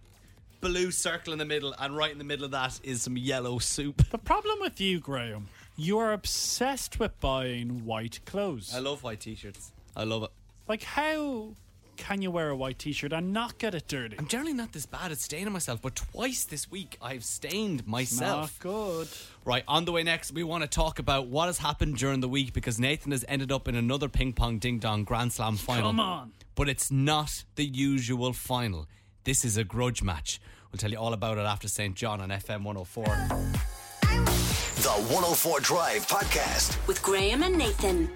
A: blue circle in the middle, and right in the middle of that is some yellow soup.
B: The problem with you, Graham, you are obsessed with buying white clothes.
A: I love white t-shirts. I love it.
B: Like, how can you wear a white t shirt and not get it dirty?
A: I'm generally not this bad at staining myself, but twice this week I've stained
B: Not
A: myself.
B: good.
A: Right, on the way next, we want to talk about what has happened during the week because Nathan has ended up in another ping pong ding dong Grand Slam final.
B: Come on.
A: But it's not the usual final. This is a grudge match. We'll tell you all about it after St. John on FM 104.
D: The 104 Drive Podcast.
F: With Graham and Nathan.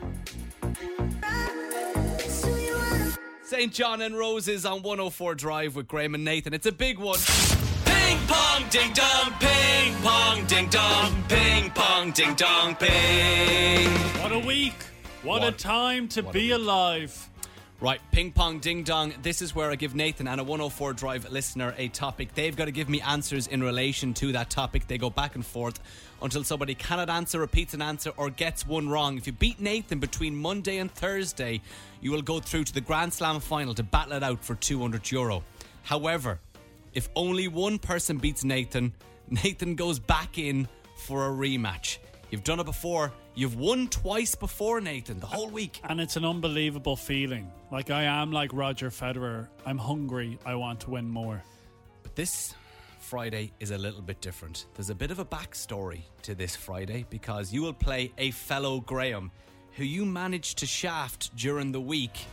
A: St. John and Roses on 104 Drive with Graham and Nathan. It's a big one. Ping pong ding dong, ping pong ding dong, ping pong ding dong, ping.
B: What a week. What, a
A: What-
B: time to
A: what a
B: be
A: week.
B: alive.
A: Right, ping pong ding dong. This is where I give Nathan and a 104 Drive listener a topic. They've got to give me answers in relation to that topic. They go back and forth until somebody cannot answer, repeats an answer, or gets one wrong. If you beat Nathan between Monday and Thursday, you will go through to the Grand Slam final to battle it out for 200 euro. However, if only one person beats Nathan, Nathan goes back in for a rematch. You've done it before. You've won twice before, Nathan, the whole week.
B: And it's an unbelievable feeling. Like, I am like Roger Federer. I'm hungry. I want to win more.
A: This Friday is a little bit different. There's a bit of a backstory to this Friday because you will play a fellow Graham who you managed to shaft during the week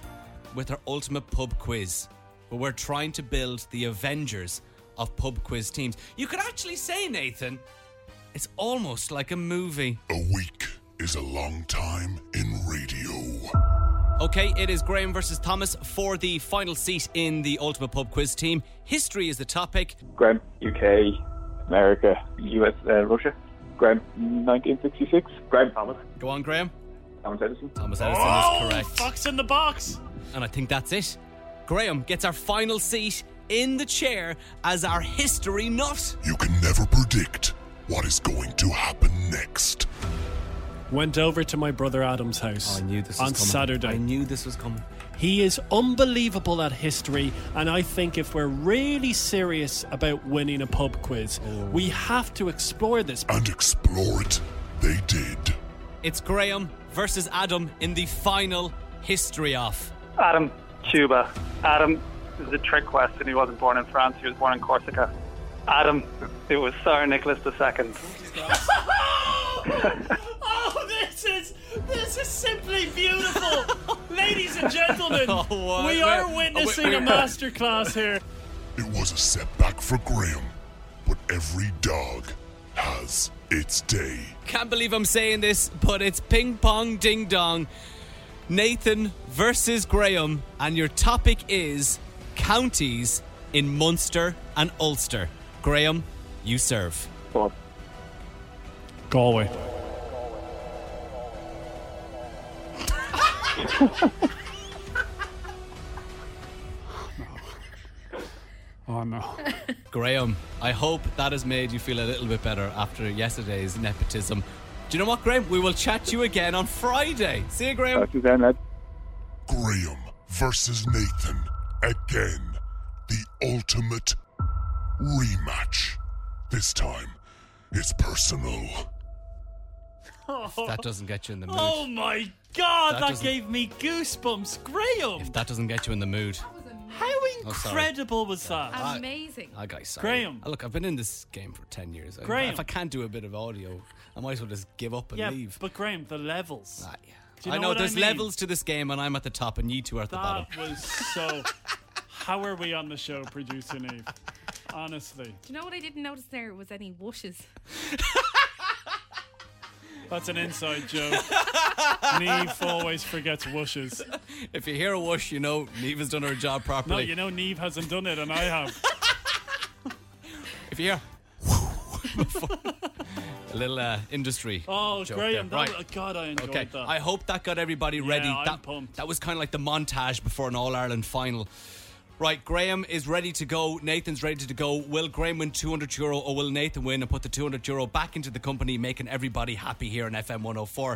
A: with our ultimate pub quiz, where we're trying to build the Avengers of pub quiz teams. You could actually say, Nathan, it's almost like a movie.
I: A week is a long time in radio.
A: Okay, it is Graham versus Thomas for the final seat in the Ultimate Pub Quiz team. History is the topic.
J: Graham, UK, America, US, uh, Russia. Graham, 1966. Graham Thomas.
A: Go on, Graham.
J: Thomas Edison.
A: Thomas Edison
B: oh,
A: is correct.
B: Fox in the box.
A: And I think that's it. Graham gets our final seat in the chair as our history nut.
I: You can never predict what is going to happen next.
B: Went over to my brother Adam's
A: Oh,
B: house on Saturday.
A: knew this was coming.
B: He is unbelievable at history, and I think if we're really serious about winning a pub quiz,
A: Oh.
B: we have to explore this.
I: And explore it, they did.
A: It's Graham versus Adam in the final history off.
K: Adam, Cuba. Adam, this is a trick question. He wasn't born in France, he was born in Corsica. Adam, it was Tsar Nicholas II.
B: oh, this is This is simply beautiful. Ladies and gentlemen,
I: Oh,
A: uh,
I: what?
B: we are
I: Oh, wait,
B: witnessing
I: wait.
B: a masterclass here.
I: It was a setback for Graham, but every dog has its day.
A: Can't believe I'm saying this, but it's ping pong ding dong. Nathan versus Graham, and your topic is counties in Munster and Ulster. Graham, you serve.
B: Galway. Oh no.
A: Graham, I hope that has made you feel a little bit better after yesterday's nepotism. Do you know what, Graham? We will chat to you again on Friday. See you, Graham.
I: Talk to you then, lad. Graham versus Nathan again. The ultimate rematch. This time, it's personal.
A: That doesn't get you in the mood.
B: Oh my god,
A: That
B: that,
A: doesn't-
B: gave me goosebumps. Graham,
A: That doesn't get you in the mood.
B: how
A: I'm Oh, sorry.
B: incredible was that?
C: Amazing.
A: I guys, sorry.
B: Graham.
A: Uh, Look, I've been in this game for 10 years. I-
B: Graham.
A: If I can't do a bit of audio, I might as well just give up and
B: yeah,
A: leave. Ah,
B: but Graham, the levels. Do you
A: I
B: know
A: know
B: what
A: there's
B: I mean?
A: levels to this game, and I'm at the top, and you two are at the bottom.
B: That was so. How are we on the show, producer Eve? Honestly,
C: Do you know what I didn't notice there was any whooshes?
B: that's an inside joke. Neve always forgets whooshes.
A: If you hear a whoosh, you know Neve has done her job
B: No,
A: properly.
B: you know Neve hasn't done it, and I have.
A: If you hear a little uh, industry.
B: Oh,
A: joke
B: Graham,
A: there.
B: that
A: right.
B: was- God, I enjoyed
A: Okay,
B: that.
A: I hope that got everybody ready.
B: I'm
A: that, that was kind of like the montage before an All Ireland final. Right, Graham is ready to go. Nathan's ready to go. Will Graham win 200 euro or will Nathan win and put the 200 euro back into the company, making everybody happy here on FM 104?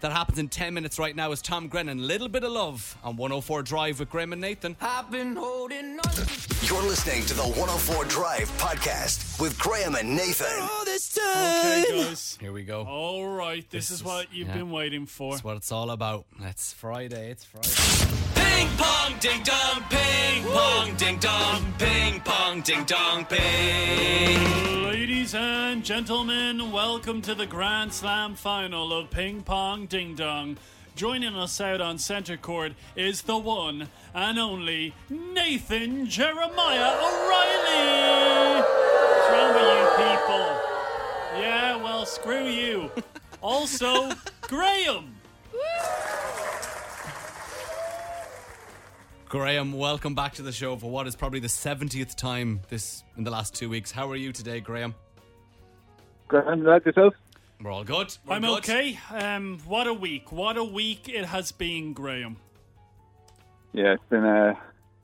A: That happens in 10 minutes right now as Tom Grennan, Little Bit of Love on 104 Drive with Graham and Nathan.
H: I've been holding on
D: You're listening to the 104 Drive podcast with Graham and Nathan.
H: all this
B: Okay,
H: time.
B: guys.
A: Here we go.
B: All right, this, is, what you've
A: yeah.
B: been waiting for.
A: That's what it's all about. It's Friday, it's Friday.
H: Ping pong, ding dong, ping pong, ding dong, ping pong, ding dong, ping.
B: Ladies and gentlemen, welcome to the Grand Slam final of Ping Pong Ding Dong. Joining us out on center court is the one and only Nathan Jeremiah O'Reilly. What's wrong with you people? Yeah, well, screw you. Also, Graham.
A: Graham, welcome back to the show for what is probably the 70th time this in the last two weeks. How are you today, Graham?
J: Graham, lad, yourself?
A: We're all good. We're
B: I'm
A: good.
B: okay. Um, what a week. What a week it has been, Graham.
J: Yeah, it's been, uh,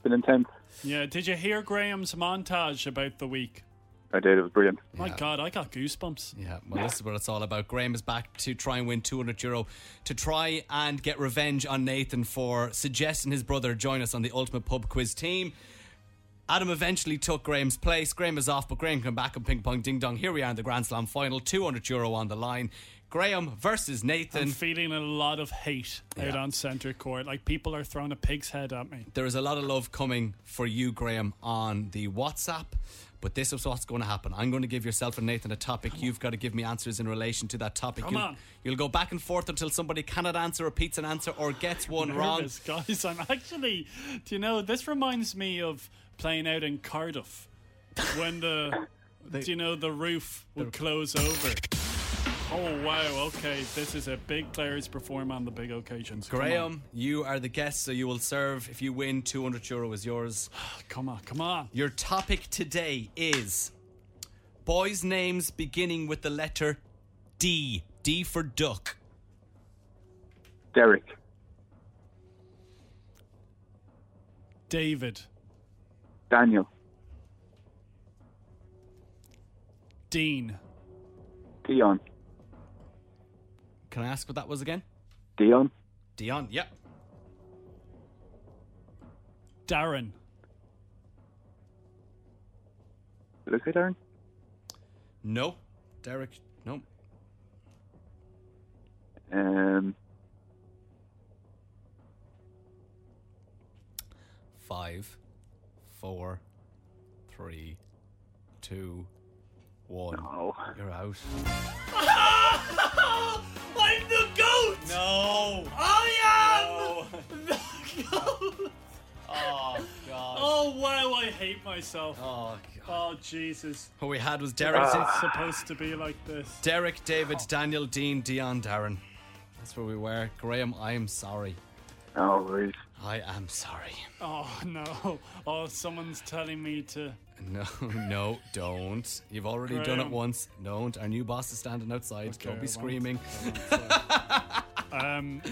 J: been intense.
B: Yeah, did you hear Graham's montage about the week?
J: I did, it was brilliant.
B: My God, I got goosebumps.
A: Yeah, well, this is what it's all about. Graham is back to try and win 200 euro to try and get revenge on Nathan for suggesting his brother join us on the Ultimate Pub Quiz team. Adam eventually took Graham's place. Graham is off, but Graham come back and ping pong ding dong. Here we are in the Grand Slam final, 200 euro on the line. Graham versus
B: I'm
A: Nathan.
B: feeling a lot of hate out on centre court. Like people are throwing a pig's head at me.
A: There is a lot of love coming for you, Graham, on the WhatsApp. But this is what's going to happen. I'm going to give yourself and Nathan a topic. You've got to give me answers in relation to that topic.
B: Come
A: you'll,
B: on.
A: you'll go back and forth until somebody cannot answer, repeats an answer, or gets one wrong.
B: Nervous, guys. I'm actually. Do you know this reminds me of playing out in Cardiff when the. do you know the roof would close over? Oh wow! Okay, this is a big players perform on the big occasions. Come on.
A: Graham, you are the guest, so you will serve. If you win, 200 euro is yours.
B: come on, come on.
A: Your topic today is boys' names beginning with the letter D. D for duck.
J: Derek,
B: David,
J: Daniel,
B: Dean,
J: Dion,
A: Can I ask what that was again?
J: Dion,
A: Dion, yep.
B: Darren,
J: Luke Darren,
A: No. Derek, no.
J: um,
A: five, four, three, two,
G: Oh.
J: oh.
A: one. You're out.
H: I'm the goat.
B: No.
H: I
B: am. No. oh god. Oh wow! I hate myself. Oh god. Oh Jesus.
A: What we had was Derek.
B: Is it supposed to be like this?
A: Derek, David, Daniel, Dean, Dion, Darren. That's where we were. Graham, I am sorry.
J: No worries.
A: I am sorry.
B: Oh no. Oh, someone's telling me to.
A: No, no, don't. You've already done it
B: Graham.
A: once. Don't. Our new boss is standing outside.
B: Okay,
A: don't
B: I
A: be
B: won't.
A: screaming.
B: Um.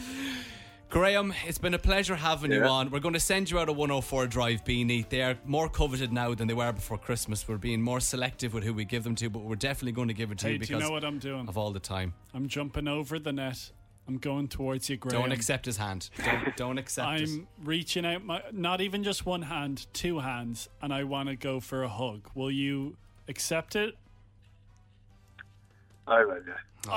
A: Graham, it's been a pleasure having you
B: Yeah.
A: on. We're going to send you out a 104 Drive beanie. They are more coveted now than they were before Christmas. We're being more selective with who we give them to, but we're definitely going to give it to
B: Hey,
A: you
B: do
A: because
B: you know what I'm doing?
A: of all the time.
B: I'm jumping over the net. I'm going towards you, Graham.
A: Don't accept his hand. Don't, don't accept it.
B: I'm reaching out my not even just one hand, two hands, and I want to go for a hug. Will you accept it?
J: I will, yeah.
B: Oh,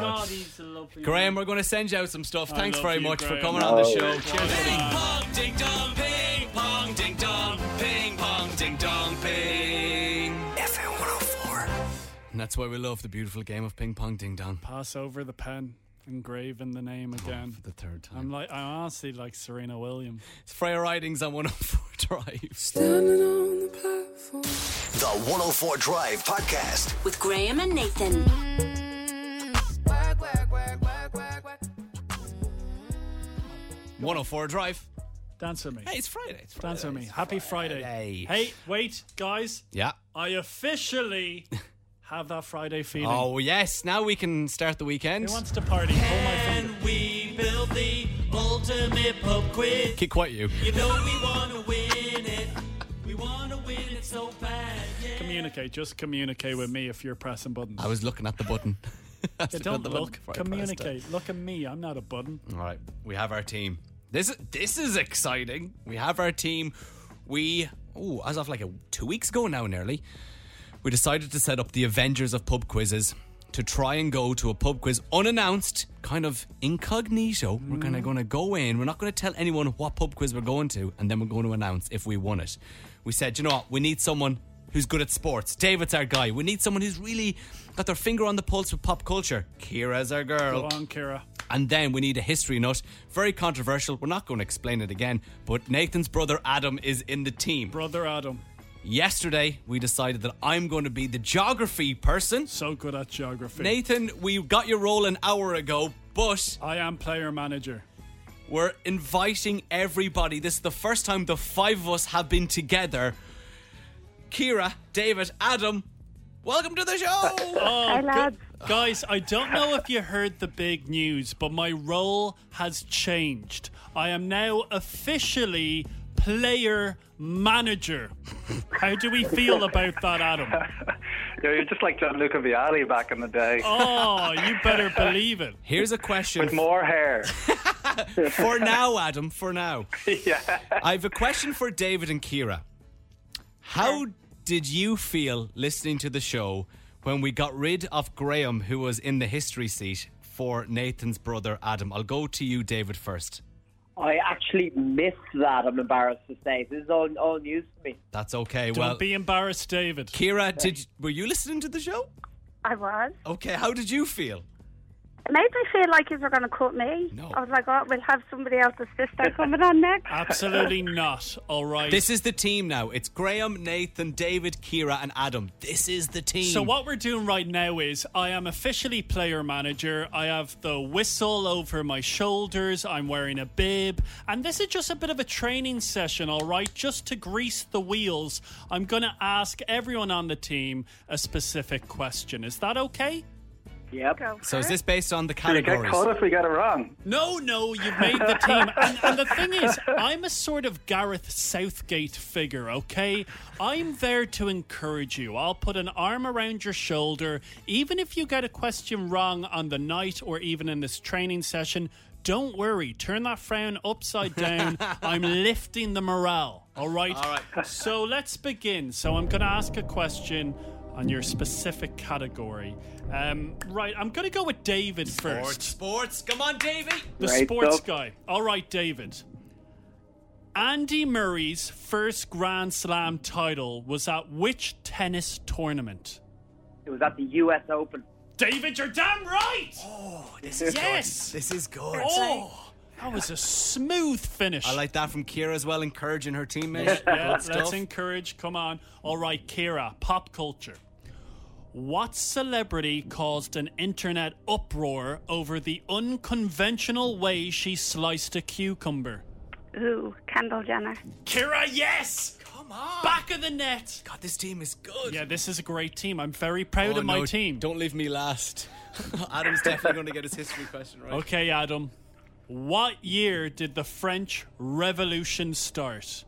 H: God, he's a lovely.
A: Graham, we're going to send you out some stuff.
H: I
A: Thanks
H: love
A: very
H: you,
A: much for
H: Graham.
A: coming on the
H: No
A: show.
H: worries.
A: Cheers.
H: Ping
A: pong, ding dong, ping pong, ding dong, ping pong, ding dong, ping.
D: FM 104.
A: And that's why we love the beautiful game of ping pong, ding dong.
B: Pass over the pen, engrave in the name again.
A: for the third time.
B: I'm like, I honestly like Serena Williams.
A: It's Freya Ridings on 104 Drive.
D: The 104 Drive Podcast.
F: With Graham and Nathan.
E: Work, work, work, work, work, work.
A: 104 Drive.
B: Dance with me.
A: Hey, it's Friday. It's Friday.
B: Dance with me. Happy Friday. Hey, wait, guys.
A: Yeah.
B: I officially have that Friday feeling.
A: Oh, yes. Now we can start the weekend.
B: Who wants to party? Pull my finger.
H: We build the ultimate pub quiz.
A: Kick quite you.
H: You know we want to win it. We want to win it so bad. Yeah.
B: Communicate. Just communicate with me if you're pressing buttons.
A: I was looking at the button. I was
B: Yeah,
A: looking at
B: don't
A: the button
B: look.
A: before I pressed it.
B: Communicate. Look at me. I'm not a button.
A: All right, we have our team. This this is exciting. We have our team. We oh, as of like a, two weeks ago now, nearly, we decided to set up the Avengers of pub quizzes to try and go to a pub quiz unannounced, kind of incognito. We're kind of going to go in. We're not going to tell anyone what pub quiz we're going to, and then we're going to announce if we won it. We said, you know what? We need someone who's good at sports. David's our guy. We need someone who's really got their finger on the pulse with pop culture. Kira's our girl.
B: Go on, Kira.
A: And then we need a history nut. Very controversial. We're not going to explain it again, but Nathan's brother Adam is in the team.
B: Brother Adam.
A: Yesterday, we decided that I'm going to be the geography person.
B: So good at geography.
A: Nathan, we got your role an hour ago, but
B: I am player manager.
A: we're inviting everybody. This is the first time the five of us have been together. Kira, David, Adam, welcome to the show.
B: Oh,
G: Hi,
B: gu-
G: lads.
B: guys, I don't know if you heard the big news, but my role has changed. I am now officially player manager. How do we feel about that, Adam?
K: Yeah, you're just like John Luca Vialli back in the day.
B: Oh, you better believe it.
A: Here's a question
K: With more hair.
A: for now, Adam. For now.
K: yeah.
A: I have a question for David and Kira. How did you feel listening to the show when we got rid of Graham, who was in the history seat for Nathan's brother Adam? I'll go to you, David, first.
L: I actually missed that. I'm embarrassed to say this is all, all news to me.
A: That's okay.
B: Don't
A: well,
B: be embarrassed, David.
A: Kira, did were you listening to the show?
G: I was.
A: Okay, how did you feel?
G: It made me feel like you were going to cut me.
A: No.
G: I was like, oh, we'll have somebody else's sister coming on next.
B: Absolutely not. All right.
A: This is the team now. It's Graham, Nathan, David, Kira, and Adam. This is the team.
B: So what we're doing right now is I am officially player manager. I have the whistle over my shoulders. I'm wearing a bib, and this is just a bit of a training session, all right? Just to grease the wheels. I'm going to ask everyone on the team a specific question. Is that okay?
L: Yep.
G: Go
A: So is
G: for it.
A: this based on the
K: You get
A: categories?
K: caught if we get it wrong.
B: No, no, you've made the team. And, and the thing is, I'm a sort of Gareth Southgate figure, okay? I'm there to encourage you. I'll put an arm around your shoulder. Even if you get a question wrong on the night or even in this training session, don't worry. Turn that frown upside down. I'm lifting the morale, all right? All right. So let's begin. So I'm going to ask a question. On your specific category. Um, right, I'm going to go with David first.
A: Sports, sports. Come on, Davey.
B: The
L: Right,
B: sports
L: so-
B: guy. All right, David. Andy Murray's first Grand Slam title was at which tennis tournament?
L: It was at the U.S. Open.
B: David, you're damn right. Oh,
A: this is
B: yes.
A: This is good.
B: Oh, that was a smooth finish.
A: I like that from Kira as well, encouraging her teammates.
B: yeah,
A: Good
B: let's
A: stuff.
B: encourage. Come on. All right, Kira, pop culture. What celebrity caused an internet uproar over the unconventional way she sliced a cucumber?
M: Ooh, Kendall Jenner.
B: Kira, yes!
A: Come on!
B: Back of the net!
A: God, this team is good.
B: Yeah, this is a great team. I'm very proud
A: Oh,
B: of my
A: no,
B: team.
A: Don't leave me last. Adam's definitely going to get his history question right.
B: Okay, Adam. What year did the French Revolution start?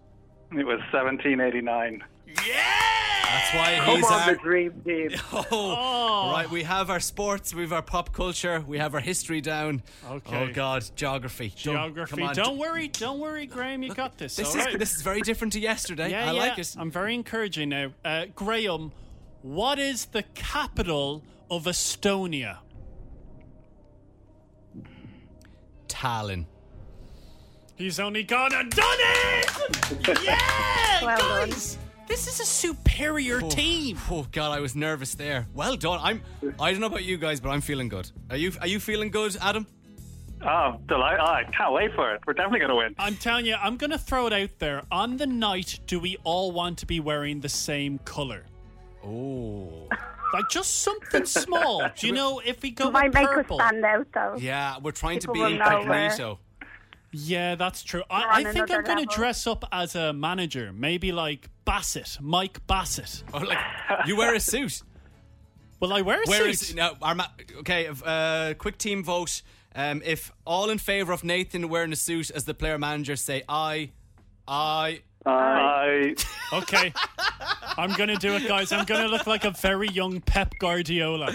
K: It was 1789.
A: That's why
K: Come
A: he's
K: on,
A: our
K: the dream
L: team.
A: Oh,
B: Oh.
A: right. We have our sports, we have our pop culture, we have our history down.
B: Okay.
A: Oh God, geography. Don't-
B: Geography.
A: come on,
B: don't worry, don't worry, Graham. You got this.
A: This
B: all
A: is
B: right.
A: this is very different to yesterday.
B: Yeah,
A: I
B: yeah.
A: like it.
B: I'm very encouraging now. Uh, Graham, what is the capital of Estonia?
A: Tallinn.
B: He's only gone and done it! yeah,
M: Well done.
B: guys, this is a superior
A: Oh,
B: team.
A: Oh God, I was nervous there. Well done. I'm. I don't know about you guys, but I'm feeling good. Are you? Are you feeling good, Adam?
K: Oh, delight. I can't wait for it. We're definitely going to win.
B: I'm telling you, I'm going to throw it out there. On the night, do we all want to be wearing the same color?
A: Oh.
B: Like just something small. Do you know if we go
M: Might
B: with
M: make
B: purple?
M: us stand out, though.
A: Yeah, we're trying
M: People
A: to
M: will
A: be
M: know where-
A: incognito.
B: Yeah, that's true.
M: We're
B: I, I
M: on
B: think
M: another
B: I'm going to
M: level.
B: dress up as a manager, maybe like Bassett, Mike Bassett.
A: Oh, like you wear a suit.
B: Will I wear a
A: Where
B: suit?
A: is no? Our ma- okay, if, uh, quick team vote. Um, if all in favour of Nathan wearing a suit as the player manager, say aye, aye.
K: I
B: Okay. I'm going to do it, guys. I'm going to look like a very young Pep Guardiola.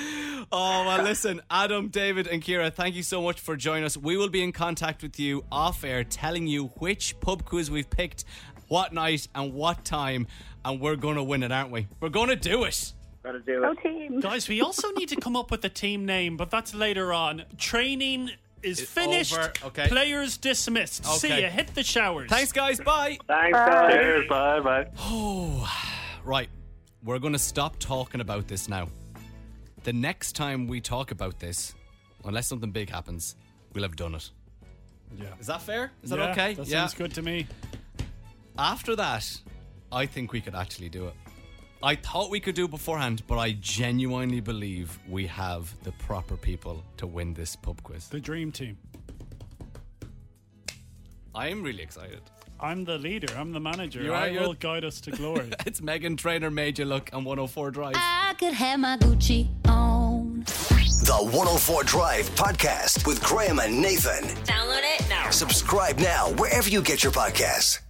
A: Oh well, listen, Adam, David, and Kira, thank you so much for joining us. We will be in contact with you off air, telling you which pub quiz we've picked, what night and what time, and we're gonna win it, aren't we? We're gonna do it.
L: Gotta do
M: Go
L: it.
M: team.
B: Guys, we also need to come up with a team name, but that's later on. Training is
A: It's
B: finished.
A: over. Okay.
B: Players dismissed. See
A: Okay.
B: you. Hit the showers.
A: Thanks, guys. Bye.
L: Thanks,
M: Bye.
L: guys.
K: Cheers. Bye. Bye.
A: Right, we're going to stop talking about this now. The next time we talk about this, unless something big happens, we'll have done it.
B: Yeah.
A: Is that fair? Is that
B: Yeah,
A: okay?
B: That
A: yeah.
B: sounds good to me.
A: After that, I think we could actually do it. I thought we could do it beforehand, but I genuinely believe we have the proper people to win this pub quiz.
B: The dream team.
A: I am really excited.
B: I'm the leader. I'm the manager.
A: You are,
B: I
A: you're-
B: will guide us to glory.
A: It's Megan Trainer Major Look on 104 Drive.
F: I could have my Gucci on.
D: The 104 Drive Podcast with Graham and Nathan.
F: Download it now.
D: Subscribe now wherever you get your podcasts.